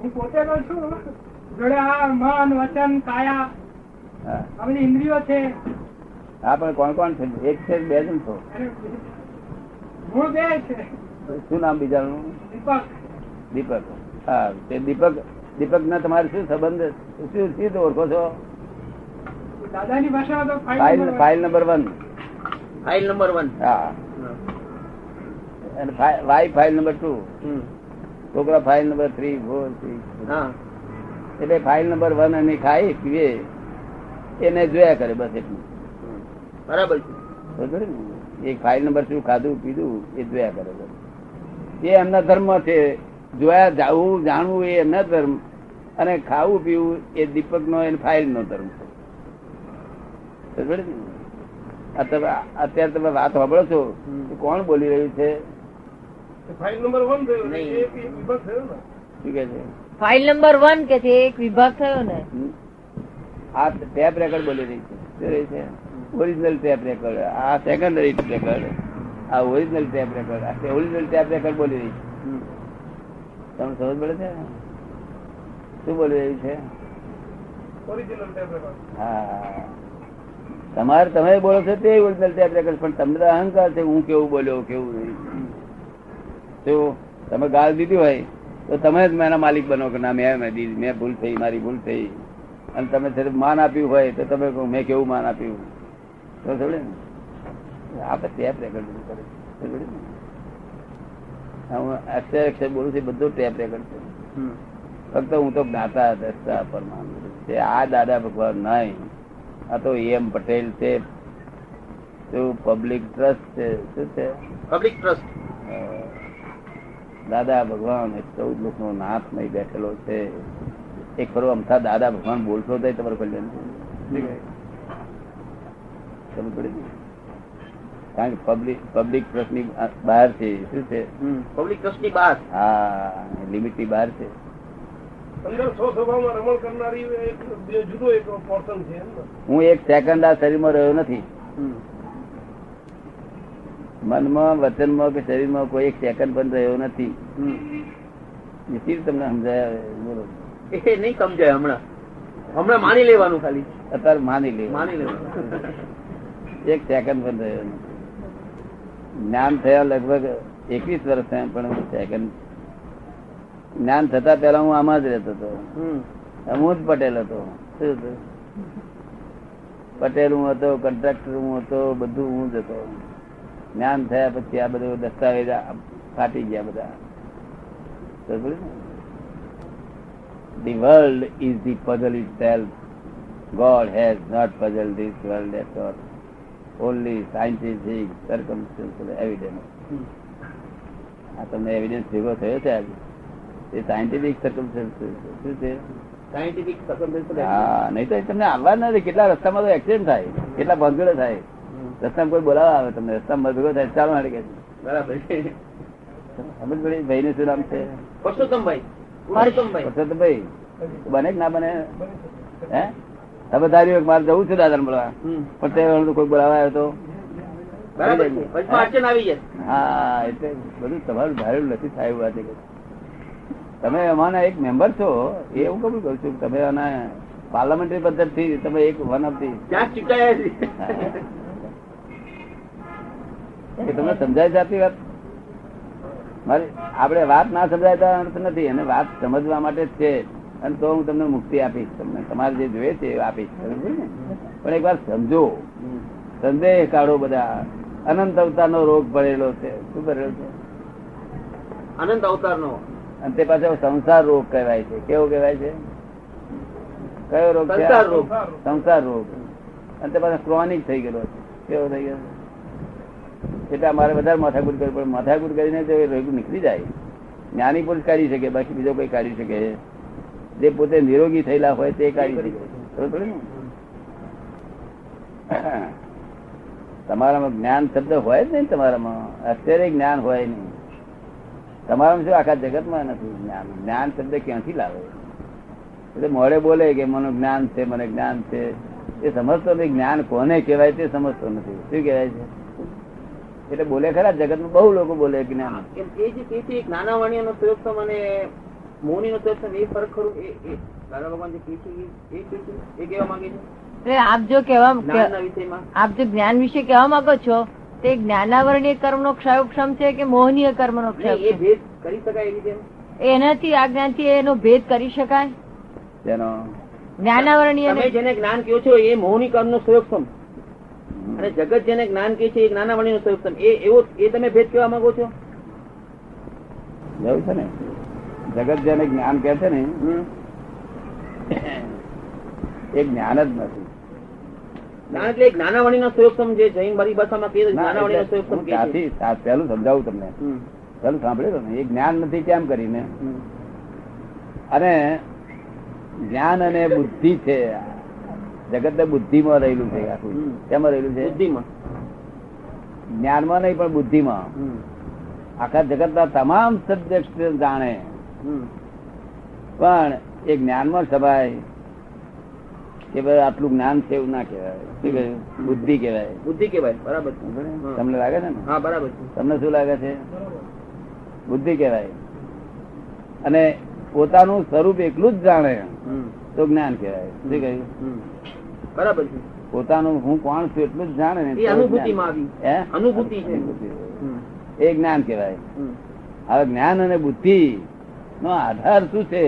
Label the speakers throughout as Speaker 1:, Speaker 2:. Speaker 1: હું પોતે તો છું જોડે આ મન વચન કાયા
Speaker 2: હા
Speaker 1: આ બધી ઇન્દ્રિયો છે
Speaker 2: હા પણ કોણ કોણ છે એક છે કે બે જણ છો
Speaker 1: અને મૂળ બે છે
Speaker 2: શું નામ બીજાનું
Speaker 1: દીપક
Speaker 2: દીપક હા તે દીપક દીપક ના તમારે શું સંબંધ શું શું ઓળખો છો
Speaker 1: દાદાની ભાષામાં તો file
Speaker 2: file
Speaker 1: number
Speaker 2: file number one
Speaker 3: file number one
Speaker 2: હા અને ફાઇ- વાઈ ફાઇલ નંબર ટુ છોકરા file number three four six
Speaker 3: હા
Speaker 2: એટલે ફાઇલ નંબર વન અને ખાઈ પીવે એને જોયા કરે બસ એટલું
Speaker 3: બરાબર છે
Speaker 2: બરોબર ને એક ફાઇલ નંબર શું ખાધું પીધું એ જોયા કરે બસ એ એમના ધર્મ છે જોયા જાવું જાણવું એ એમના ધર્મ અને ખાવું પીવું એ દીપકનો અને ફાઇલનો ધર્મ છે બરોબર ને? આ તમે અત્યારે તમે વાત સાંભળો છો
Speaker 3: હમ.
Speaker 2: તો કોણ બોલી રહ્યું છે
Speaker 1: ફાઇલ નંબર વન થયો
Speaker 3: ને એ
Speaker 1: વિભાગ થયો ને
Speaker 2: શું કે છે
Speaker 4: ફાઇલ નંબર વન કે છે એક વિભાગ થયો ને
Speaker 2: હમ? આ ટેપ રેકોર્ડ બોલી રહી છે શું રહી છે ઓરિજિનલ ટેપ રેકોર્ડ આ સેકન્ડરી ટેપ રેકોર્ડ આ ઓરિજિનલ ટેપ રેકોર્ડ આ ઓરિજિનલ ટેપ રેકોર્ડ બોલી રહી છે તમને સમજ પડે છે શું બોલી રહી છે
Speaker 1: ઓરિજિનલ ટેપ રેકોર્ડ
Speaker 2: હા તમારે તમે બોલો છો તે ઓરિજિનલ ટેપ રેકોર્ડ પણ તમને તો અહંકાર છે હું કેવું બોલ્યો કેવું નહીં તો તમે ગાળ દીધી હોય તો તમે જ મારા માલિક બનો કે ના મેં મેં દીધી મેં ભૂલ થઈ મારી ભૂલ થઈ અને તમે સિર્ફ માન આપ્યું હોય તો તમે કહો મેં કેવું માન આપ્યું તો થોડે ને આ પછી ટેપ રેકોર્ડ બધું કરે છે. સમજ્યો ને? આ હું અક્ષર અક્ષર બોલું છું એ બધું ટેપ રેકોર્ડ છે ફક્ત હું તો જ્ઞાતા દ્રષ્ટા પરમાન છે આ દાદા ભગવાન નહીં આ તો એમ પટેલ છે શું પબ્લિક ટ્રસ્ટ છે શું છે
Speaker 3: પબ્લિક ટ્રસ્ટ
Speaker 2: અ, દાદા ભગવાન એ ચૌદ લોકનો નાથ નહીં બેઠેલો છે એક ફરો અમથા દાદા ભગવાન બોલશો તો તમારું કલ્યાણ થઈ જાય. સમજ પડી ને? કારણ કે પબ્લિક પબ્લિક ટ્રસ્ટની બહાર છે શું છે
Speaker 3: પબ્લિક ટ્રસ્ટ ની બહાર
Speaker 2: હા લિમિટની બહાર છે
Speaker 1: અંદર સો સભામાં રમણ કરનારી એક જુદો એક પોર્શન છે
Speaker 2: હું એક સેકન્ડ આ શરીરમાં રહ્યો નથી મનમાં વચનમાં કે શરીરમાં કોઈ એક સેકન્ડ પણ રહ્યો નથી નિશ્ચિત તમને સમજાય હવે? બોલો
Speaker 3: એ નહીં સમજાય હમણાં હમણાં માની લેવાનું ખાલી
Speaker 2: અત્યારે માની લે
Speaker 3: માની લેવાનું
Speaker 2: એક સેકન્ડ પણ રહ્યો નથી જ્ઞાન થયા લગભગ એકવીસ વર્ષ થયા પણ હું સેકન્ડ જ્ઞાન થતા પહેલા હું આમાં જ રહેતો હતો હું જ પટેલ હતો શું હતું પટેલ હું હતો કન્ટ્રાક્ટર હું હતો બધું હું જ હતો જ્ઞાન થયા પછી આ બધું દસ્તાવેજ આ ફાટી ગયા બધા the world is the puzzle itself God has not puzzle this world at all only scientific circumstantial evidence આ તમને એવિડન્સ ભેગો થયો છે આજે એ સાયન્ટિફિક સર્કમસ્ટન્શિયલ શું છે
Speaker 3: સાયન્ટિફિક
Speaker 2: હા નહીં તો એ તમને આવવા જ નથી કેટલા રસ્તામાં તો એક્સિડન્ટ થાય કેટલા ભંગડો થાય રસ્તામાં કોઈ બોલાવા આવે તમને રસ્તામાં ભેગો થાય ચાલો હાડે કે
Speaker 3: બરાબર છે
Speaker 2: સમજ પડી ભાઈ શું નામ છે
Speaker 3: પરસોત્તમભાઈ પુરુષોત્તમભાઈ
Speaker 2: પરસોત્તમભાઈ, બને કે ના બને હે તમે ધાર્યું કે મારે જવું છે દાદાને બોલાવા પણ તે વખતે કોઈ બોલાવા આવ્યો તો
Speaker 3: બરાબર છે વચમાં અડચણ આવી જાય
Speaker 2: હા એટલે બધું તમારું ધારેલું નથી થાય એવું આજે તમે અમારા એક મેમ્બર છો એ હું કબૂલ કરું છું કે તમે આના પાર્લામેન્ટરી પદ્ધતિથી તમે એક વન ઓફ ધી
Speaker 3: ક્યાંક ચૂંટાયા છે
Speaker 2: કે તમને સમજાય છે આપણી વાત મારી આપણે વાત ના સમજાય તો અર્થ નથી અને વાત સમજવા માટે જ છે અને તો હું તમને મુક્તિ આપીશ તમને તમારે જે જોઈએ છે એ આપીશ સમજ્યું ને? પણ એકવાર સમજો સંદેહ કાઢો બધા અનંત અવતારનો રોગ ભરેલો છે શું ભરેલો છે
Speaker 3: આનંદ અવતાર નો
Speaker 2: અને તે પાછો સંસાર રોગ કહેવાય છે કેવો કહેવાય છે કયો રોગ છે
Speaker 3: સંસાર રોગ.
Speaker 2: સંસાર રોગ અને તે પાછો ક્રોનિક થઈ ગયેલો છે કેવો થઈ ગયો એટલે અમારે વધારે માથાકૂટ કરવી પડે માથાકૂટ કરીને તે રોગ નીકળી જાય જ્ઞાની પુરુષ કાઢી શકે બાકી બીજો કોઈ કાઢી શકે જે પોતે નિરોગી થયેલા હોય તે કાઢી શકે ખબર પડી ને? તમારામાં જ્ઞાન શબ્દ હોય જ નહીં તમારામાં અત્યારે જ્ઞાન હોય નહીં તમારામાં શું આખા જગતમાં નથી જ્ઞાન જ્ઞાન શબ્દ ક્યાંથી લાવે એટલે મોડે બોલે કે મને જ્ઞાન છે મને જ્ઞાન છે એ સમજતો નથી જ્ઞાન કોને કહેવાય તે સમજતો નથી શું કહેવાય છે એટલે બોલે ખરા જગતમાં બહુ લોકો બોલે જ્ઞાન
Speaker 3: કેમ કે એ જે તે છે, એક નાના વાણિયાનો પ્રયોગ તો મને મોહની નું દર્શન એ ફરક ખરું એ એ દાદા ભગવાન જે કહે છે એ- એ કહે છે એ કહેવા માંગે છે
Speaker 4: એટલે આપ જો કહેવા
Speaker 3: જ્ઞાનના વિષયમાં
Speaker 4: આપ જે જ્ઞાન વિશે કહેવા માંગો છો તે જ્ઞાનાવરણીય કર્મનો ક્ષયોક્ષમ છે કે મોહનીય કર્મનો
Speaker 3: નહીં, એ
Speaker 4: ક્ષયોક્ષમ
Speaker 3: ભેદ કરી શકાય એવી છે
Speaker 4: એનાથી આ જ્ઞાનથી એનો ભેદ કરી શકાય
Speaker 2: તેનો
Speaker 4: જ્ઞાનાવરણીય
Speaker 3: તમે
Speaker 4: અને-
Speaker 3: જેને જ્ઞાન કહો છો એ મોહની કર્મનો સહયોગક્ષમ અને જગત જેને જ્ઞાન કહે છે એ જ્ઞાનાવણી નો સહયોગક્ષમ એ એવો એ તમે ભેદ કહેવા માંગો છો
Speaker 2: એવું છે ને જગત જેને જ્ઞાન કહે છે ને એ જ્ઞાન જ નથી
Speaker 3: જ્ઞાન એટલે જ્ઞાનાવણી નો સહયોગક્ષમ જે જૈન મારી ભાષામાં કહે છે
Speaker 2: ના,
Speaker 3: જ્ઞાનાવણી નો
Speaker 2: એટલે
Speaker 3: સહયોગક્ષમ
Speaker 2: હું
Speaker 3: કહે છે
Speaker 2: ત્યાંથી સા- પહેલું સમજાવું તમને
Speaker 3: હમ,
Speaker 2: પહેલું સાંભળ્યું ને એ જ્ઞાન નથી કેમ કરીને
Speaker 3: હમ.
Speaker 2: અને જ્ઞાન અને બુદ્ધિ છે જગત ને બુદ્ધિમાં રહેલું છે આખું
Speaker 3: હમ.
Speaker 2: કેમાં રહેલું છે
Speaker 3: બુદ્ધિમાં
Speaker 2: જ્ઞાનમાં નહીં પણ બુદ્ધિમાં
Speaker 3: હમ,
Speaker 2: આખા જગતના તમામ સબ્જેક્ટ જાણે
Speaker 3: હમ,
Speaker 2: પણ એ જ્ઞાનમાં સભાય કે ભાઈ આટલું જ્ઞાન છે એવું ના કહેવાય શું કહ્યું? બુદ્ધિ કહેવાય
Speaker 3: બુદ્ધિ કહેવાય બરાબર છે. હા.
Speaker 2: તમને લાગે છે ને
Speaker 3: હા બરાબર છે
Speaker 2: તમને શું લાગે છે બુદ્ધિ કહેવાય અને પોતાનું સ્વરૂપ એકલું જ જાણે
Speaker 3: હમ,
Speaker 2: તો જ્ઞાન કહેવાય શું કહ્યું
Speaker 3: હમ. બરાબર છે
Speaker 2: પોતાનું હું કોણ છું એટલું જ જાણે ને
Speaker 3: એ
Speaker 2: તો જ્ઞાન.
Speaker 3: અનુભૂતિમાં આવી.
Speaker 2: હે?
Speaker 3: અનુભૂતિ છે.
Speaker 2: અનુભૂતિ.
Speaker 3: હમ,
Speaker 2: એ જ્ઞાન કહેવાય
Speaker 3: હમ.
Speaker 2: હવે જ્ઞાન અને બુદ્ધિ નો આધાર શું છે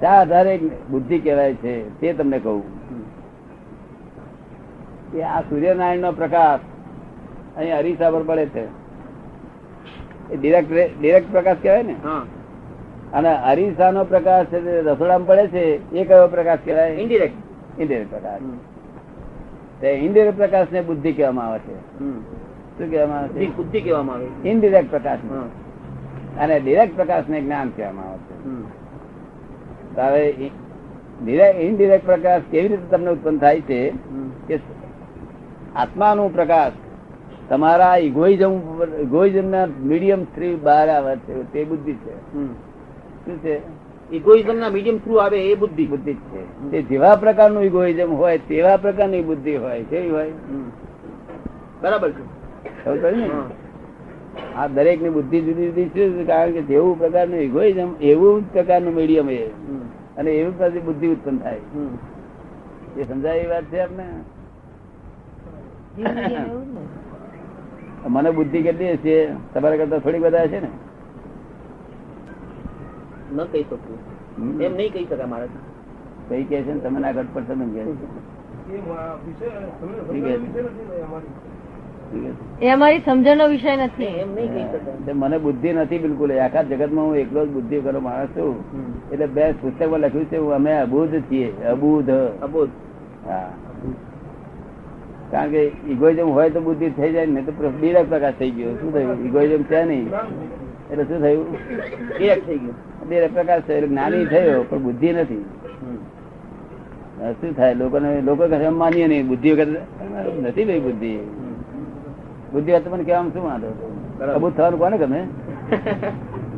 Speaker 2: શા આધારે બુદ્ધિ કહેવાય છે તે તમને કહું
Speaker 3: હમ.
Speaker 2: કે આ સૂર્યનારાયણ નો પ્રકાશ અહીં અરીસા પર પડે છે એ ડિરેક્ટ ડિરેક્ટ પ્રકાશ કહેવાય ને
Speaker 3: હા
Speaker 2: અને અરીસા નો પ્રકાશ છે તે રસોડામાં પડે છે એ કયો પ્રકાશ કહેવાય
Speaker 3: ઇન્ડિરેક્ટ
Speaker 2: ઇન્ડિરેક્ટ પ્રકાશ તે ઇન્ડિરેક્ટ પ્રકાશ ને બુદ્ધિ કહેવામાં આવે છે શું કહેવામાં આવે છે
Speaker 3: બુદ્ધિ કહેવામાં આવે છે
Speaker 2: ઇનડિરેક્ટ પ્રકાશ
Speaker 3: હા,
Speaker 2: અને ડિરેક્ટ પ્રકાશ ને જ્ઞાન કહેવામાં આવે છે
Speaker 3: હમ.
Speaker 2: તો હવે ઇનડિરેક્ટ પ્રકાશ કેવી રીતે તમને ઉત્પન્ન થાય છે
Speaker 3: હમ.
Speaker 2: કે આત્માનું પ્રકાશ તમારા ઇગોઇઝમ ઇગોઇઝમ ના મીડિયમ થ્રી બહાર આવે છે તે બુદ્ધિ છે
Speaker 3: હમ.
Speaker 2: શું છે
Speaker 3: ઇગોઇઝમ ના મીડિયમ થ્રુ આવે એ બુદ્ધિ
Speaker 2: બુદ્ધિ જ છે તે જેવા પ્રકારનું ઇગોઇઝમ હોય તેવા પ્રકારની બુદ્ધિ હોય કેવી હોય
Speaker 3: હમ. બરાબર છે
Speaker 2: ખબર પડી ને
Speaker 3: હા.
Speaker 2: આ દરેક ની બુદ્ધિ જુદી જુદી છે કારણ કે જેવું પ્રકારનું ઇગોઇઝમ એવું જ પ્રકારનું મીડિયમ એ
Speaker 3: હમ.
Speaker 2: અને એવી પ્રકારની બુદ્ધિ ઉત્પન્ન થાય
Speaker 3: હમ.
Speaker 2: એ સમજાય એ વાત છે આપને
Speaker 4: જીવન એવું જ ને.
Speaker 2: મને બુદ્ધિ કેટલી છે તમારા કરતા થોડી વધારે છે ને
Speaker 3: ન કહી શકું
Speaker 2: હમ.
Speaker 3: એમ નહીં કહી શકાય મારાથી
Speaker 2: કઈ કે છે ને તમે ના ઘટ પર તમે કહે છે.
Speaker 1: એ મા- વિષય તમને
Speaker 2: ઠીક છે.
Speaker 1: સમજાય વિષય નથી ને અમારી
Speaker 2: શું કહે છે?
Speaker 4: એ અમારી સમજણનો વિષય નથી
Speaker 3: નહીં, એમ નહીં કહી શકાય
Speaker 2: એટલે મને બુદ્ધિ નથી બિલકુલ એ આખા જગતમાં હું એકલો જ બુદ્ધિ કરો માણસ છું
Speaker 3: હમ.
Speaker 2: એટલે બે પુસ્તકમાં લખ્યું છે અમે અબુધ છીએ અબુધ
Speaker 3: અબોધ
Speaker 2: હા કારણ કે ઇગોઇઝમ હોય તો બુદ્ધિ થઈ જાય ને તો ડિરેક્ટ પ્રકાશ થઈ ગયો શું થયું ઇગોઇઝમ છે નહીં
Speaker 1: જ્ઞાન થઈ ગયું.
Speaker 2: એટલે શું થયું
Speaker 3: ડિરેક્ટ થઈ ગયું
Speaker 2: ડિરેક્ટ પ્રકાશ થયો એટલે જ્ઞાની થયો પણ બુદ્ધિ નથી
Speaker 3: હમ.
Speaker 2: હવે શું થાય લોકોને લોકો કહે છે, "અમે માનીએ નહીં બુદ્ધિ વગર નથી ભાઈ બુદ્ધિ
Speaker 3: હમ.
Speaker 2: બુદ્ધિ વાત મને કહેવામાં શું વાંધો
Speaker 3: બરાબર.
Speaker 2: અબૂત થવાનું કોને ગમે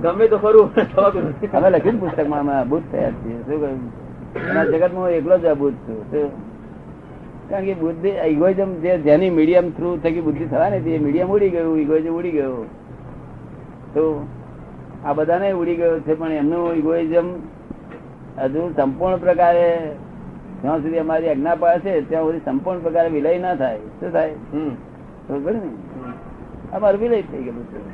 Speaker 3: ગમે તો ખરું થવાતું નથી.
Speaker 2: અમે લખ્યું પુસ્તક માં અમે અબૂત થયા જ છીએ શું કહ્યું એના જગતમાં હું એકલો જ અબૂત છું શું? કારણ કે બુદ્ધિ ઇગોઇઝમ જે જેની મીડિયમ થ્રુ થકી બુદ્ધિ થવાની હતી એ મીડિયમ ઉડી ગયું ઇગોઇઝમ ઉડી ગયો તો આ બધાને ઉડી ગયો છે પણ એમનું ઇગોઇઝમ હજુ સંપૂર્ણ પ્રકારે જ્યાં સુધી અમારી આજ્ઞા પાસે છે ત્યાં સુધી સંપૂર્ણ પ્રકારે વિલય ના થાય શું થાય
Speaker 3: હમ.
Speaker 2: ખબર પડી ને
Speaker 3: હમ.
Speaker 2: અમારું વિલય થઈ ગયેલું છે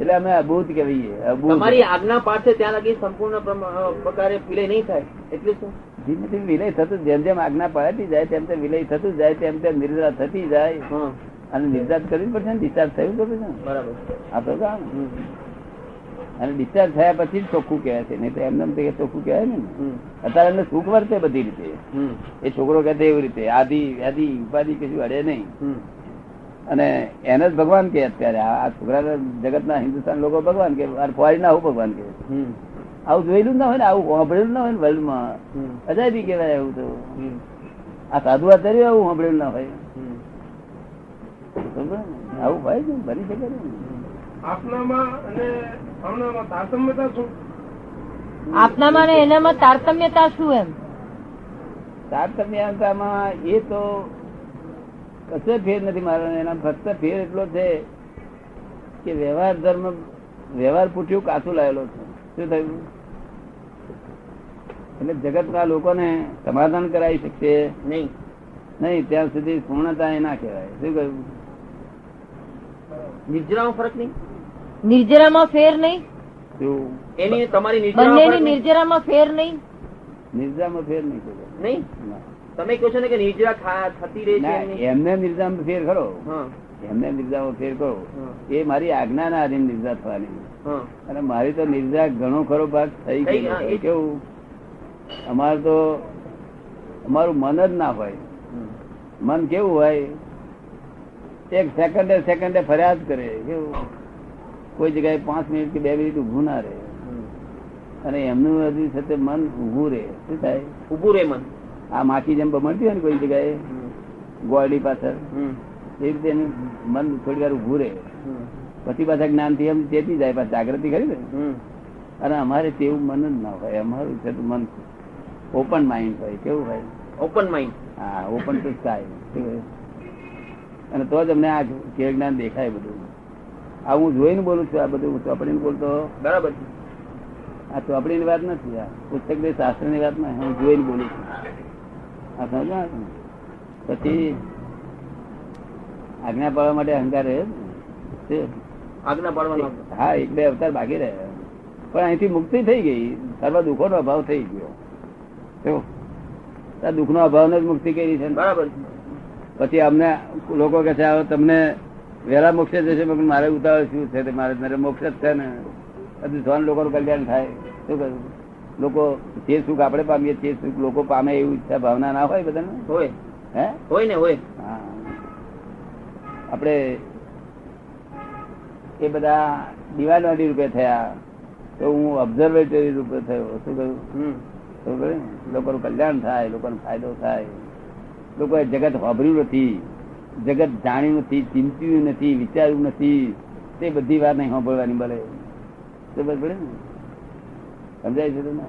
Speaker 2: એટલે અમે અભૂત કહીએ અભૂત
Speaker 3: તમારી આજ્ઞા પાઠ છે ત્યાં લગી સંપૂર્ણ પ્રમ- પ્રકારે વિલય નહીં થાય એટલે શું
Speaker 2: ધીમે ધીમે વિલય થતું જેમ જેમ આજ્ઞા પડાતી જાય તેમ તેમ વિલય થતું જાય તેમ તેમ નિર્ધાર થતી જાય
Speaker 3: હા
Speaker 2: અને નિર્ધાર કરવી જ પડશે ને ડિસ્ચાર્જ થયું પડશે ને
Speaker 3: બરાબર
Speaker 2: આ તો કામ
Speaker 3: હમ.
Speaker 2: અને ડિસ્ચાર્જ થયા પછી જ ચોખ્ખું કહેવાય છે નહીં તો એમને એમ તો કે ચોખ્ખું કહેવાય ને
Speaker 3: હમ.
Speaker 2: અત્યારે એમને સુખ વર્તે બધી રીતે
Speaker 3: હમ.
Speaker 2: એ છોકરો કહેતો એવી રીતે આદિ વ્યાધિ ઉપાધિ કશું અડે નહીં
Speaker 3: હમ.
Speaker 2: અને એને જ ભગવાન કે અત્યારે આ આ છોકરા જગતના હિન્દુસ્તાન લોકો ભગવાન કે ફોરેન આવું ભગવાન કે
Speaker 3: હમ.
Speaker 2: આવું જોયેલું ના હોય ને આવું સાંભળેલું ના હોય ને વર્લ્ડમાં
Speaker 3: હમ.
Speaker 2: અજાયબી કહેવાય એવું તો
Speaker 3: હમ.
Speaker 2: આ સાધુ આચાર્ય આવું સાંભળેલું ના હોય
Speaker 3: હમ.
Speaker 2: સમજો ને? આવું હોય છે ને, બની શકે ને?
Speaker 1: આપનામાં અને આમનામાં તારતમ્યતા શું
Speaker 4: આપનામાં ને એનામાં તારતમ્યતા શું એમ
Speaker 2: તારતમ્યાંતામાં એ તો કશો ફેર નથી મારો એના ફક્ત ફેર એટલો છે કે વ્યવહાર ધર્મ વ્યવહાર પૂઠ્યું કાચું લાવેલો છે શું થયું એટલે જગતના લોકોને સમાધાન કરાવી શકશે
Speaker 3: નહીં
Speaker 2: નહીં ત્યાં સુધી પૂર્ણતા એ ના કહેવાય શું કહ્યું
Speaker 3: નિર્જરામાં ફરક નહીં
Speaker 4: નિર્જરામાં ફેર નહીં
Speaker 2: શું
Speaker 3: એની તમારી નિર્જરામાં
Speaker 4: બંનેની
Speaker 3: ફરક નહીં?
Speaker 4: નિર્જરામાં ફેર નહીં
Speaker 2: નિર્જામાં ફેર નહીં કહેવાય.
Speaker 3: નહીં
Speaker 2: ના.
Speaker 3: તમે કહો છો ને કે નિર્જરા ખા- થતી રહે છે
Speaker 2: ના
Speaker 3: એમની?
Speaker 2: એમને નિર્જામાં ફેર ખરો
Speaker 3: હા
Speaker 2: એમને નિર્જામાં ફેર કરો
Speaker 3: હા,
Speaker 2: એ મારી આજ્ઞાના આધીન નિર્જા થવાની
Speaker 3: હા
Speaker 2: અને મારી તો નિર્જા ઘણો ખરો ભાગ થઈ
Speaker 3: થઈ,
Speaker 2: ગયો
Speaker 3: હા, એ જ.
Speaker 2: કેવું અમારે તો અમારું મન જ ના હોય
Speaker 3: હમ.
Speaker 2: મન કેવું હોય એક સેકન્ડે સેકન્ડે ફરિયાદ કરે કેવું કોઈ જગ્યાએ પાંચ મિનિટ કે બે મિનિટ ઊભું ના રહે
Speaker 3: હમ.
Speaker 2: અને એમનું હજી સાથે મન ઊભું રહે શું થાય
Speaker 3: ઊભું રે મન
Speaker 2: આ માખી જેમ બમણતી હોય ને કોઈ જગ્યાએ
Speaker 3: હમ.
Speaker 2: ગોળી પાછળ
Speaker 3: હમ.
Speaker 2: એ રીતે એનું મન થોડી વાર ઊભું રહે
Speaker 3: હમ.
Speaker 2: પછી પાછા જ્ઞાનથી એમ ચેતી જાય પાછી જાગૃતિ કરી ને
Speaker 3: હમ.
Speaker 2: અને અમારે તેવું મન જ ના હોય અમારું છે તો મન ઓપન માઇન્ડ હોય કેવું હોય
Speaker 3: ઓપન માઇન્ડ
Speaker 2: હા ઓપન ટુ સ્કાય અને તો જ અમને આ કેળ જ્ઞાન દેખાય બધું આ હું જોઈને બોલું છું આ બધું હું ચોપડીને બોલતો
Speaker 3: બરાબર છે.
Speaker 2: આ ચોપડીની વાત નથી આ પુસ્તક ને શાસ્ત્રની વાત ના હું જોઈને બોલું છું આ સમજો ને તમે? પછી આજ્ઞા પાડવા માટે અહંકાર રહ્યો જ ને. તે-
Speaker 3: આજ્ઞા પાડવાનો
Speaker 2: હા એક બે અવતાર બાકી રહ્યા પણ અહીંથી મુક્તિ થઈ ગઈ સર્વ દુઃખો નો અભાવ થઈ ગયો જો આ દુઃખ નો અભાવ જ મુક્તિ કરી છે
Speaker 3: બરાબર છે.
Speaker 2: પછી અમને લોકો કે છે "આવો તમને વહેલા મોક્ષે જશે પણ મારે ઉતાવળ શું છે તે મારે મારે મોક્ષ જ છે ને હજુ સૌન લોકોનું કલ્યાણ થાય શું કહ્યું લોકો જે સુખ આપણે પામીએ તે સુખ લોકો પામે એવી ઈચ્છા ભાવના ના હોય બધાને
Speaker 3: હોય
Speaker 2: હે
Speaker 3: હોય ને હોય
Speaker 2: હા આપણે એ બધા દિવાળી રૂપે થયા તો હું ઓબ્ઝર્વેટરી રૂપે થયો શું કહ્યું
Speaker 3: હમ.
Speaker 2: શું કહ્યું? લોકોનું કલ્યાણ થાય લોકોનો ફાયદો થાય લોકોએ જગત વાપર્યું નથી જગત જાણ્યું નથી ચિંત્યું નથી વિચાર્યું નથી તે બધી વાત નહીં સાંભળવાની મળે તો બસ પડે ને સમજાય છે તમને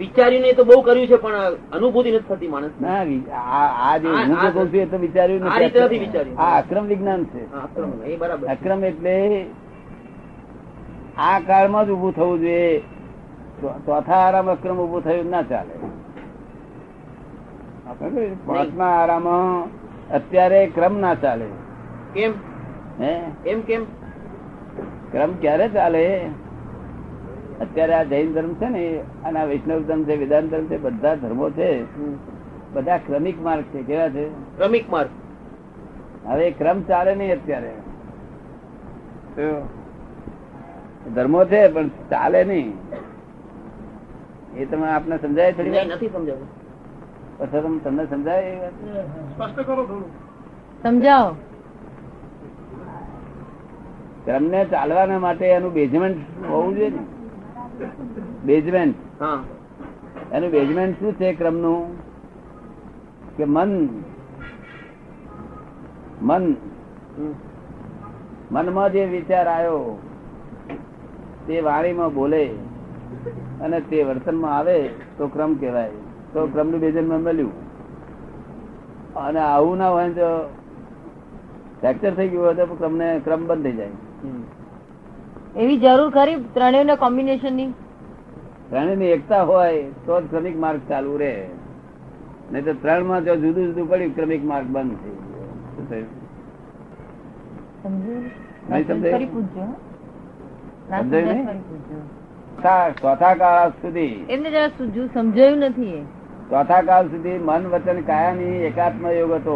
Speaker 3: વિચાર્યું ને એ તો બહુ કર્યું છે પણ અનુભૂતિ નથી થતી માણસ
Speaker 2: ના વિ- આ આ જે હું જે કહું છું એ તો વિચાર્યું
Speaker 3: આ રીતે નથી
Speaker 2: નથી
Speaker 3: વિચાર્યું.
Speaker 2: આ અક્રમ વિજ્ઞાન છે
Speaker 3: એ બરાબર છે.
Speaker 2: અક્રમ એટલે આ કાળમાં જ ઉભું થવું જોઈએ ચો- ચોથા આરામ અક્રમ ઉભું થયું ના ચાલે આપણે પાંચમા આરામ અત્યારે ક્રમ ના ચાલે
Speaker 3: કેમ
Speaker 2: હે
Speaker 3: એમ કેમ
Speaker 2: ક્રમ ક્યારે ચાલે અત્યારે આ જૈન ધર્મ છે ને અને આ વૈષ્ણવ ધર્મ છે વેદાંત ધર્મ છે બધા ધર્મો છે બધા ક્રમિક માર્ગ છે કેવા છે
Speaker 3: ક્રમિક માર્ગ
Speaker 2: હવે એ ક્રમ ચાલે નહીં અત્યારે તો ધર્મો છે પણ ચાલે નહીં એ તમે આપને સમજાય થોડી
Speaker 3: નહીં,
Speaker 2: વાર?
Speaker 3: નથી સમજાતું
Speaker 2: પછી તમે તમને સમજાય એ વાત?
Speaker 1: સ્પષ્ટ કરો થોડું
Speaker 4: સમજાવો
Speaker 2: ક્રમને ચાલવાના માટે એનું બેઝમેન્ટ હોવું જોઈએ ને બેઝમેન્ટ
Speaker 3: હા
Speaker 2: એનું બેઝમેન્ટ શું છે ક્રમનું કે મન મન
Speaker 3: હમ.
Speaker 2: મનમાં જે વિચાર આવ્યો તે વાણીમાં બોલે અને તે વર્તનમાં આવે તો ક્રમ કહેવાય તો ક્રમનું બેજનમાં મળ્યું અને આવું ના હોય ને તો ફ્રેક્ચર થઈ ગયું હોય તો ક્રમને ક્રમ બંધ થઈ જાય
Speaker 3: હમ.
Speaker 4: એવી જરૂર ખરી ત્રણેયના કોમ્બિનેશનની
Speaker 2: ત્રણેયની એકતા હોય તો જ ક્રમિક માર્ગ ચાલુ રહે નહીં તો ત્રણમાં જો જુદું જુદું પડ્યું ક્રમિક માર્ગ બંધ થઈ ગયો શું થયું?
Speaker 4: સમજ્યું?
Speaker 2: નહીં સમજાયું?
Speaker 4: ફરી પૂછજો, હો. ના
Speaker 2: સમજાયું
Speaker 4: સમજાય
Speaker 2: નહીં?
Speaker 4: ફરી પૂછજો.
Speaker 2: ચોથા ચોથા કાળ સુધી
Speaker 4: એમને જરા સુજુ સમજાયું નથી એ.
Speaker 2: ચોથા કાળ સુધી મન વચન કાયાની એકાત્મ યોગ હતો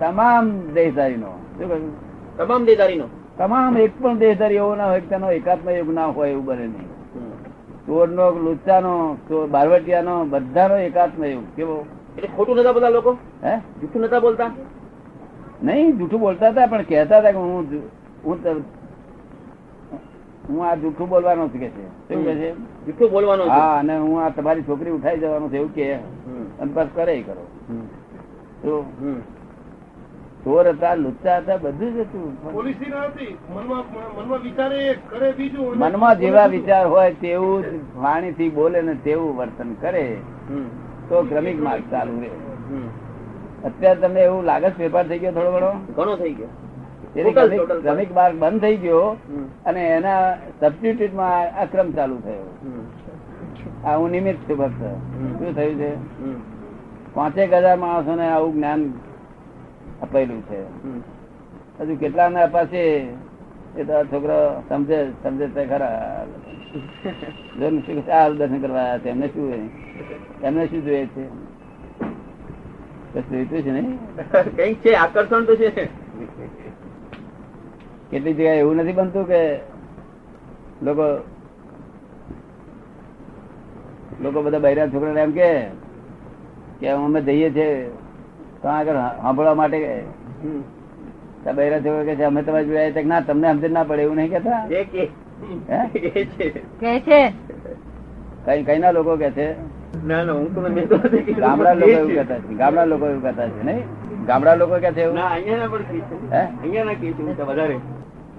Speaker 2: તમામ દેહધારીનો શું કહ્યું?
Speaker 3: તમામ દેદારીનો
Speaker 2: તમામ એક પણ દેહધારી એવો ના હોય કે તેનો એકાત્મ યોગ ના હોય એવું બને નહીં ચોરનો લુચ્ચાનો ચોર બારવટિયાનો બધાનો એકાત્મ યોગ કેવો
Speaker 3: એટલે ખોટું નતા બધા લોકો
Speaker 2: હે
Speaker 3: જૂઠું નતા બોલતા
Speaker 2: નહીં જૂઠું બોલતા હતા પણ કહેતા હતા કે હું જુ- હું ત- હું આ જૂઠું બોલવાનો છું કે છે શું કહે છે
Speaker 3: જૂઠું બોલવાનું છે.
Speaker 2: હા અને હું આ તમારી છોકરી ઉઠાઈ જવાનું છે એવું કે
Speaker 3: હમ.
Speaker 2: અને બસ કરે ય કરો
Speaker 3: હમ.
Speaker 2: તો
Speaker 3: હમ.
Speaker 2: ચોર હતા લુચ્ચા હતા બધું જ હતું પણ
Speaker 1: પોલિસી ના હતી મનમાં મનમાં વિચારે એક, કરે બીજું અને
Speaker 2: મનમાં જેવા વિચાર હોય તેવું જ વાણીથી બોલે ને તેવું વર્તન કરે
Speaker 3: હમ.
Speaker 2: તો ક્રમિક માર્ગ ચાલુ રહે
Speaker 3: હમ.
Speaker 2: અત્યારે તમને એવું લાગે છે ફેરફાર થઈ ગયો થોડો ઘણો
Speaker 3: ઘણો થઈ ગયો
Speaker 2: તેથી
Speaker 3: Total,
Speaker 2: ક્રમિક-
Speaker 3: total.
Speaker 2: ક્રમિક માર્ગ બંધ થઈ ગયો
Speaker 3: હમ.
Speaker 2: અને એના સબસ્ટિટ્યુટમાં આ ક્રમ ચાલુ થયો
Speaker 3: હમ.
Speaker 4: છે
Speaker 2: આ હું નિમિત્ત છું ફક્ત
Speaker 3: હમ.
Speaker 2: શું થયું છે
Speaker 3: હમ.
Speaker 2: પાંચેક હજાર માણસો ને આવું જ્ઞાન અપાયેલું છે
Speaker 3: હમ.
Speaker 2: હજુ કેટલા ને અપાશે એ તો આ છોકરો સમજે સમજે તે ખરા જો ને શું આ દર્શન કરવા આવ્યા છે એમને શું હોય? એમને શું જોઈએ છે કશું જોઈતું છે નહીં
Speaker 3: કંઈક છે આકર્ષણ તો છે
Speaker 2: કેટલી જગ્યાએ એવું નથી બનતું કે લોકો લોકો બધા બૈરા છોકરાને એમ કે કે અમે જઈએ છીએ તો આગળ સાંભળવા માટે કે
Speaker 3: હમ.
Speaker 2: તો બૈરા છોકરા કે છે અમે તમારે જોયા છે કે ના તમને સમજ ના પડે એવું નહીં કેતા
Speaker 3: જે કે
Speaker 2: હે?
Speaker 3: એ છે
Speaker 4: કે છે
Speaker 2: કઈ કઈ ના લોકો કે છે
Speaker 3: ના ના હું તો મેં તો નથી કીધું.
Speaker 2: ગામડા લોકો
Speaker 3: એ
Speaker 2: એવું
Speaker 3: છે.
Speaker 2: કહેતા છે ગામડા લોકો એવું કહેતા છે નહીં ગામડા લોકો કે છે એવું
Speaker 3: ના અહીંયા ના પણ કહે છે
Speaker 2: હે?
Speaker 3: અહીંયા ના કહે છે હું તો વધારે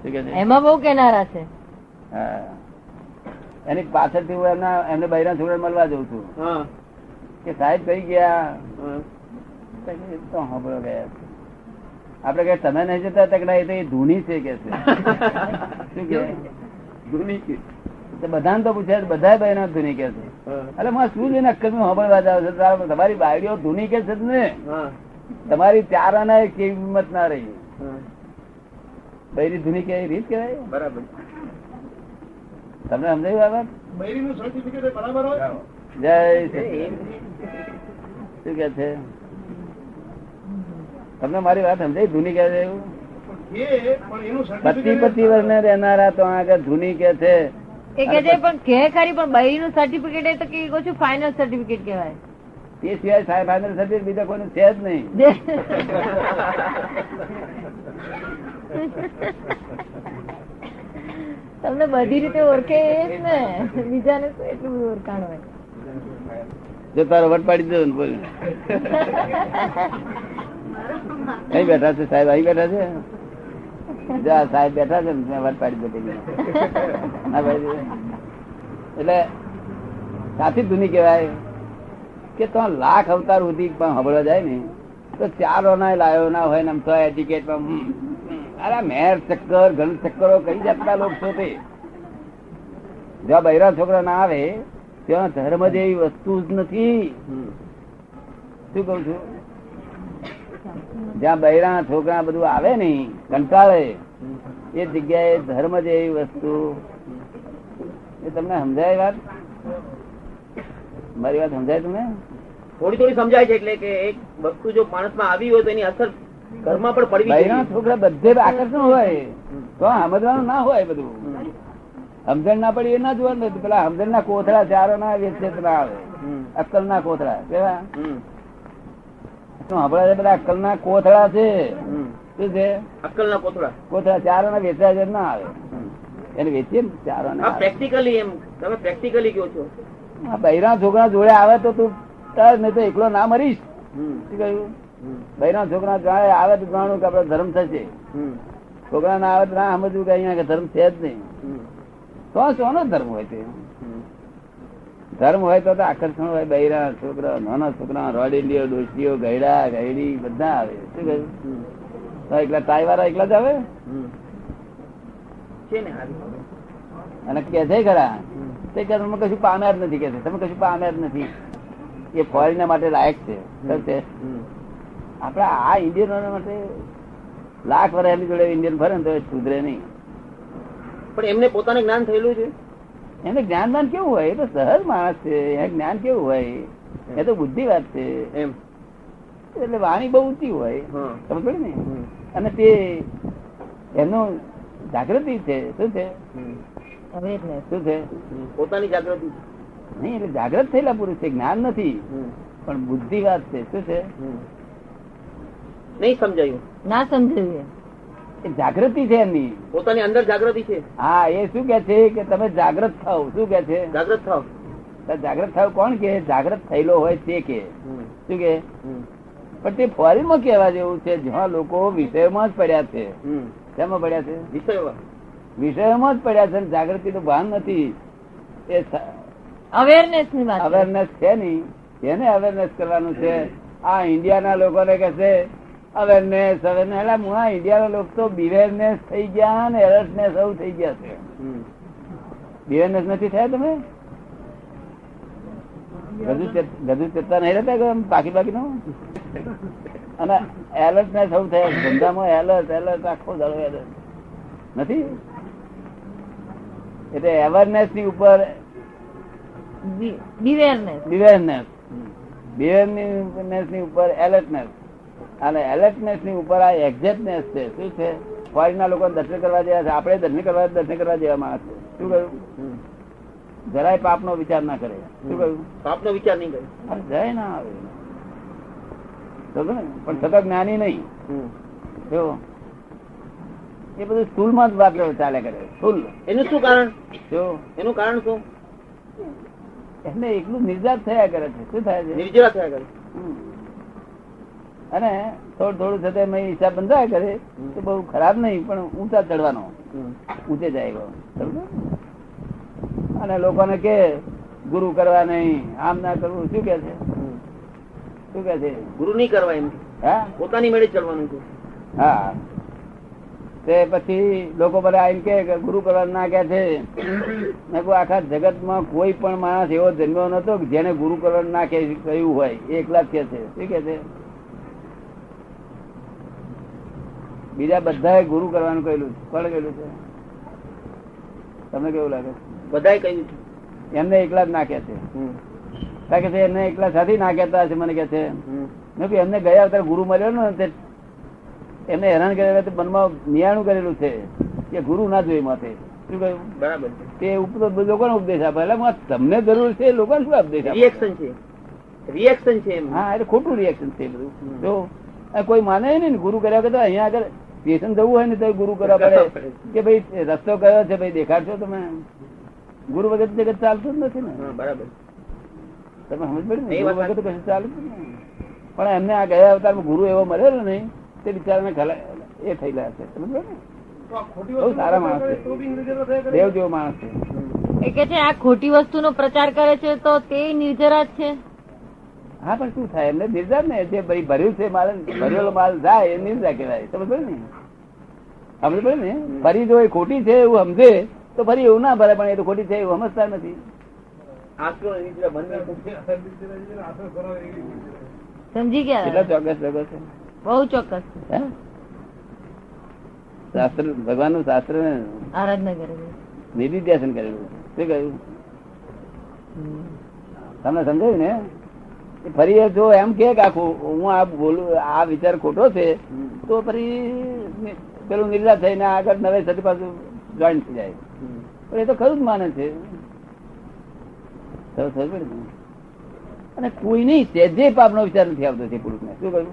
Speaker 2: શું કે છે
Speaker 4: એમાં બહુ કેનારા છે
Speaker 2: હા. એની પાછળથી હું એમના એમને બૈરા છોકરા મળવા જઉં છું
Speaker 3: હા
Speaker 2: કે સાહેબ કઈ ગયા
Speaker 3: હા
Speaker 2: પછી તો હાંભળો ગયા છે. આપડે કે તમે નહીં જતા તકડા એ તો એ ધૂની છે કે છે શું કે
Speaker 3: જૂની છે.
Speaker 2: તો બધાને તો પૂછ્યા છે, બધાય બહેનો ધૂની કે છે
Speaker 3: હા
Speaker 2: એટલે માં શું છે ને અક્કલ સાંભળવા જાવ છો તારા- તમારી બાયડીઓ ધૂની કે છે જ ને
Speaker 3: હા
Speaker 2: તમારી ચાર આના એ કેવી હિંમત ના રહી
Speaker 3: હા.
Speaker 2: બૈરી ધૂની કે રીત કહેવાય
Speaker 3: બરાબર
Speaker 2: તમને સમજાયું આ વાત
Speaker 1: બૈરીનું certificate એ બરાબર હોય
Speaker 2: જય સચિદાનંદ. શું કે છે તમને મારી વાત સમજાય ધૂની કે છે એવું
Speaker 1: પણ એ પણ એનું
Speaker 2: પતિ
Speaker 1: certificate
Speaker 2: પતિ વર્ષને રહેનારા તો આગળ ધૂની કે છે
Speaker 4: એ કે છે પણ કે ખરી પણ બૈરીનું સર્ટિફિકેટ એ તો કે કહું છું ફાઇનલ સર્ટિફિકેટ કહેવાય
Speaker 2: તે સિવાય સાહેબ આદર સર્ટિફિકેટ બીજા કોઈનું છે જ નહીં
Speaker 4: તમને બધી રીતે ઓળખે એ જ ને બીજાને શું એટલું બધું ઓળખાણ હોય
Speaker 2: જો તારો વટ પાડી દઉં ને બોલ અહીં બેઠા છે સાહેબ અહીં બેઠા છે જો આ સાહેબ બેઠા છે ને મેં વટ પાડી દો પેલી. હા, ભાઈ જો. એટલે સાચી ધૂની કહેવાય કે તો લાખ અવતાર સુધી પણ હબળવા જાય ને તો ચાર ઓના લાયો ના હોય ને આમ તો એટીકેટમાં હમ, હમ. અરે મેર ચક્કર ઘણ ચક્કરો કઈ જાતના લોક છો તે જ્યાં બૈરા છોકરા ના આવે ત્યાં ધર્મ જેવી વસ્તુ જ નથી
Speaker 3: હમ.
Speaker 2: શું કઉ છું જ્યાં બૈરા છોકરા બધું આવે નહીં કંટાળે
Speaker 3: હમ.
Speaker 2: એ જગ્યાએ ધર્મ જેવી વસ્તુ એ તમને સમજાય વાત મારી વાત સમજાય તમને
Speaker 3: થોડી થોડી સમજાય છે એટલે કે એક વસ્તુ જો માણસમાં આવી હોય તો એની અસર ઘરમાં પણ પડવી
Speaker 2: બૈરા
Speaker 3: જોઈએ.
Speaker 2: છોકરા બધે આકર્ષણ હોય તો સમજવાનું ના હોય બધું
Speaker 3: હમ.
Speaker 2: સમજણ ના પડી એ ના જોવાનું નથી. પેલા સમજણ ના કોથળા ચારો ના વેચે તો ના આવે
Speaker 3: હમ.
Speaker 2: અક્કલ ના કોથળા કેવા
Speaker 3: હમ.
Speaker 2: શું આપણા જે બધા અક્કલ ના કોથળા છે
Speaker 3: હમ.
Speaker 2: શું છે
Speaker 3: અક્કલના કોથળા
Speaker 2: કોથળા ચારો ના વેચાય છે ના આવે એને વેચીએ ને ચારો ને
Speaker 3: આ
Speaker 2: આવે.
Speaker 3: પ્રેક્ટિકલી એમ તમે પ્રેક્ટિકલી કહો છો
Speaker 2: આ બૈરા છોકરા જોડે આવે તો તું તર નહીં તો એકલો ના મરીશ
Speaker 3: હમ.
Speaker 2: શું કહ્યું
Speaker 3: હમ.
Speaker 2: બૈરા છોકરા જોડે આવે તો જાણવું કે આપડે ધર્મ થશે
Speaker 3: હમ.
Speaker 2: છોકરા ના આવે તો ના સમજવું કે અહીંયા કે ધર્મ છે જ નહીં
Speaker 3: હમ.
Speaker 2: તો શોનો ધર્મ હોય તે
Speaker 3: હમ.
Speaker 2: ધર્મ હોય તો તો આકર્ષણ હોય બૈરા છોકરા નાના છોકરા રોડેલીઓ ડોસીઓ ગયડા ગયડી બધા આવે શું કહ્યું
Speaker 3: હમ.
Speaker 2: તો એકલા ટાઈ વાળા એકલા જ આવે
Speaker 3: હમ. છે ને આવી.
Speaker 2: અને કે છે ખરા
Speaker 3: હમ.
Speaker 2: તે કે તમે કશું પામ્યા જ નથી કે છે તમે કશું પામ્યા જ નથી એ ફોરેનર માટે લાયક છે શું છે
Speaker 3: હમ.
Speaker 2: આપડા આ ઇન્ડિયન માટે લાખ વર્ષ એમની જોડે ઇન્ડિયન ફરે ને તો એ સુધરે નહીં
Speaker 3: પણ એમને પોતાને જ્ઞાન થયેલું છે
Speaker 2: એને જ્ઞાન દાન કેવું હોય એ તો સહજ માણસ છે એને જ્ઞાન કેવું હોય એ તો બુદ્ધિ વાત છે
Speaker 3: એમ
Speaker 2: એટલે વાણી બહુ ઊંચી હોય
Speaker 3: હા
Speaker 2: સમજ પડી ને
Speaker 3: હમ.
Speaker 2: અને તે એમનું જાગૃતિ છે શું છે
Speaker 3: હમ.
Speaker 4: અવેરનેસ
Speaker 2: શું છે
Speaker 3: હમ. પોતાની જાગૃતિ
Speaker 2: નહીં એટલે જાગ્રત થયેલા પુરુષ છે જ્ઞાન નથી
Speaker 3: હમ.
Speaker 2: પણ બુદ્ધિ વાત છે શું છે
Speaker 3: હમ. નહીં સમજાયું
Speaker 4: ના સમજાવીએ
Speaker 2: એ જાગૃતિ છે એમની
Speaker 3: પોતાની અંદર જાગૃતિ છે
Speaker 2: હા એ શું કે છે કે તમે જાગ્રત થાવ શું કે છે
Speaker 3: જાગૃત થાવ
Speaker 2: તો જાગ્રત થાવ કોણ કે જાગ્રત થયેલો હોય તે કે શું કે પણ તે ફોરેન માં કહેવા જેવું છે જ્યાં લોકો વિષયમાં જ પડ્યા છે શેમાં પડ્યા છે
Speaker 3: વિષય
Speaker 2: વિષયમાં જ પડ્યા છે અને જાગૃતિ તો ભાન નથી એ
Speaker 4: અવેરનેસ ની વાત છે.
Speaker 2: અવેરનેસ છે નહીં એને અવેરનેસ કરવાનું છે આ ઇન્ડિયાના લોકોને કહે છે અવેરનેસ અવેરનેસ એટલે હું આ ઇન્ડિયાના લોકો તો બિવેરનેસ થઈ ગયા અને એલર્ટનેસ એવું થઈ ગયા છે બિવેરનેસ નથી થયા તમે ગધુ ચેત- ગધુ ચેતતા નહીં રહેતા કે આમ પાકી પાકી અને એલર્ટ ને સૌ થયા છે. ધંધામાં એલર્ટ એલર્ટ આખો દાડો એલર્ટ નથી એટલે અવેરનેસ ની ઉપર
Speaker 4: બિવેરનેસ
Speaker 2: બિવેરનેસ બિવેરનેસ ની ઉપર એલર્ટનેસ અને એલર્ટનેસ ની ઉપર આ એક્ઝેક્ટનેસ છે શું છે ફોરેન ના લોકો દર્શન કરવા જેવા છે આપણે દર્શન કરવા દર્શન કરવા જેવા માણસ છે. શું કહ્યું જરાય પાપ નો વિચાર ના કરે શું કહ્યું
Speaker 3: આપનો વિચાર નહીં કર્યો
Speaker 2: અરે જાય ના આવે સમજો ને? પણ છતાં જ્ઞાની નહીં જો એ બધું સ્થૂળમાં જ વાક્યો ચાલે કરે સ્થૂલ
Speaker 3: એનું શું કારણ
Speaker 2: જો
Speaker 3: એનું કારણ શું
Speaker 2: એમને એકલું નિર્જાત થયા કરે છે શું થાય છે
Speaker 3: નિર્જરા થયા કરે
Speaker 2: હમ. અને થોડું થોડું થતા મેં હિસાબ બંધાયા કરે તો બહુ ખરાબ નહીં પણ ઊંચા ચડવાનો ઊંચે જાય એવો. સમજો? અને લોકોને કે ગુરુ કરવા નહીં આમ ના કરવું શું કે છે શું કે છે
Speaker 3: ગુરુ નહીં કરવા એમ
Speaker 2: હા
Speaker 3: પોતાની મેળે જ ચાલવાનું છે
Speaker 2: હા તે પછી લોકો બધા આવીને કહે કે ગુરુ કરવા ના કે છે મેં કહ્યું આખા જગતમાં કોઈ પણ માણસ એવો જન્મ્યો નતો કે જેને ગુરુ કરવા ના કે કહ્યું હોય એ એકલા જ કે છે શું કે છે બીજા બધાએ ગુરુ કરવાનું કહેલું છે. કોણે કહેલું છે તમને કેવું લાગે
Speaker 3: બધાએ કહ્યું છે
Speaker 2: એમને એકલા જ ના કે છે કારણ કે તે એમને એકલા સાથે ના કહેતા હશે મને કે છે મેં કહ્યું એમને ગયા અવતાર ગુરુ મળ્યો ને તે એમને હેરાન કરેલા તે મનમાં નિયાણું કરેલું છે કે ગુરુ ના જોઈએ માથે શું કહ્યું
Speaker 3: બરાબર છે
Speaker 2: તે ઉપદેશ લોકોને ઉપદેશ આપે એટલે હું આ તમને જરૂર છે એ લોકોને શું ઉપદેશ આપે
Speaker 3: રિએક્શન છે રિએક્શન છે એમ
Speaker 2: હા એટલે ખોટું રિએક્શન છે એ બધું
Speaker 3: હમ.
Speaker 2: જો આ કોઈ માને નહીં ને ગુરુ કર્યા કરતા અહીંયા આગળ સ્ટેશન જવું હોય ને તો ગુરુ કરવા પડે કે ભાઈ રસ્તો કયો છે ભાઈ દેખાડશો તમે ગુરુ વગર તો જગત ચાલતું જ નથી ને
Speaker 3: હા, બરાબર
Speaker 2: તમે સમજ પડી ને?
Speaker 3: એ વાત
Speaker 2: ગુરુ વગર તો કશું ચાલે જ નહીં. પણ એમને આ ગયા અવતારમાં ગુરુ એવો મળેલો નહીં તે બિચારાને ખલા એ થયેલા હશે સમજ પડી ને?
Speaker 1: તો આ ખોટી
Speaker 2: બહુ
Speaker 1: વસ્તુ
Speaker 2: સારા માણસ છે.
Speaker 1: કરે તો બી નિર્જરા થયા કરે.
Speaker 2: દેવ જેવો માણસ છે
Speaker 4: એ કે છે આ ખોટી વસ્તુનો પ્રચાર કરે છે તો તે નિર્જરા જ છે
Speaker 2: હા પણ શું થાય એમને નિર્જા ને જે ભાઈ ભર્યું છે માલ ભરેલો માલ જાય એ નિર્જા કહેવાય સમજ પડે ને સમજ પડે ને ફરી જો એ ખોટી છે એવું સમજે તો ફરી એવું ના ભરે પણ એ તો ખોટી છે એવું સમજતા નથી
Speaker 3: આશરો એની જોડે બંધ નથી.
Speaker 1: નિર્જરા છે ને આદર કરાવે એવી નિર્જરા.
Speaker 4: સમજી ગયા
Speaker 2: કેટલા ચોક્કસ લોકો છે
Speaker 4: બહુ ચોક્કસ છે.
Speaker 2: હે? શાસ્ત્ર ભગવાન નું શાસ્ત્ર ને
Speaker 4: આરાધના કરે છે
Speaker 2: નિધિધ્યાસન કરેલું છે. શું કહ્યું
Speaker 4: હમ.
Speaker 2: તમને સમજાયું ને એ ફરી એ જો એમ કે કે આખું હું આ બોલું આ વિચાર ખોટો છે તો ફરી પેલું નિર્લા થઈને આગળ નવે સતી પાછું જોઈન થઈ જાય પણ એ તો ખરું જ માને છે તો ખબર પડી ને? અને કોઈ નહીં સહેજે પાપનો વિચાર નથી આવતો છે પુરુષને શું કહ્યું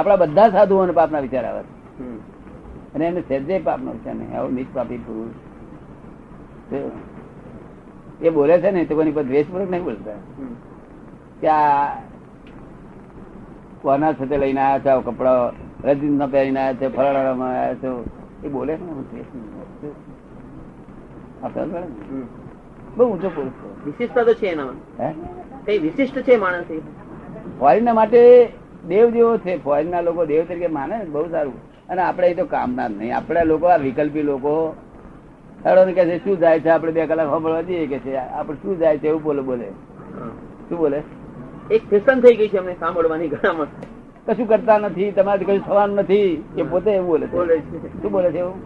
Speaker 2: આપણા બધા સાધુઓને પાપના વિચાર આવે છે અને એને સહેજે પાપનો વિચાર નહીં આવો નિષ્પાપી પુરુષ તો એ બોલે છે ને તો કોઈની પર દ્વેષપૂર્વક નહીં બોલતા કે આ કોના સાથે લઈને આવ્યા છો કપડા રજીન પહેરીને આવ્યા છો ફલાણામાં આવ્યા છો એ બોલે ને એવું છે. આ ખબર પડે ને? બહુ ઊંચો પુરુષ છે
Speaker 3: વિશિષ્ટતા તો છે એનામાં
Speaker 2: હે
Speaker 3: કઈ વિશિષ્ટ છે માણસ એ.
Speaker 2: ફોરેનના માટે દેવ જેવો છે ફોરેનના લોકો દેવ તરીકે માને ને બહુ સારું અને આપણે અહીં તો કામના જ નહીં આપણે લોકો આ વિકલ્પી લોકો હેડોને કહે છે શું જાય છે આપણે બે કલાક સાંભળવા જઈએ કે છે આપણે શું જાય છે એવું બોલે બોલે
Speaker 3: હા.
Speaker 2: શું બોલે
Speaker 3: એક ફેશન થઈ ગઈ છે અમને સાંભળવાની ઘણામાં
Speaker 2: કશું કરતા નથી તમારે કશું થવાનું નથી એ પોતે એવું બોલે છે
Speaker 3: બોલે છે
Speaker 2: શું બોલે છે એવું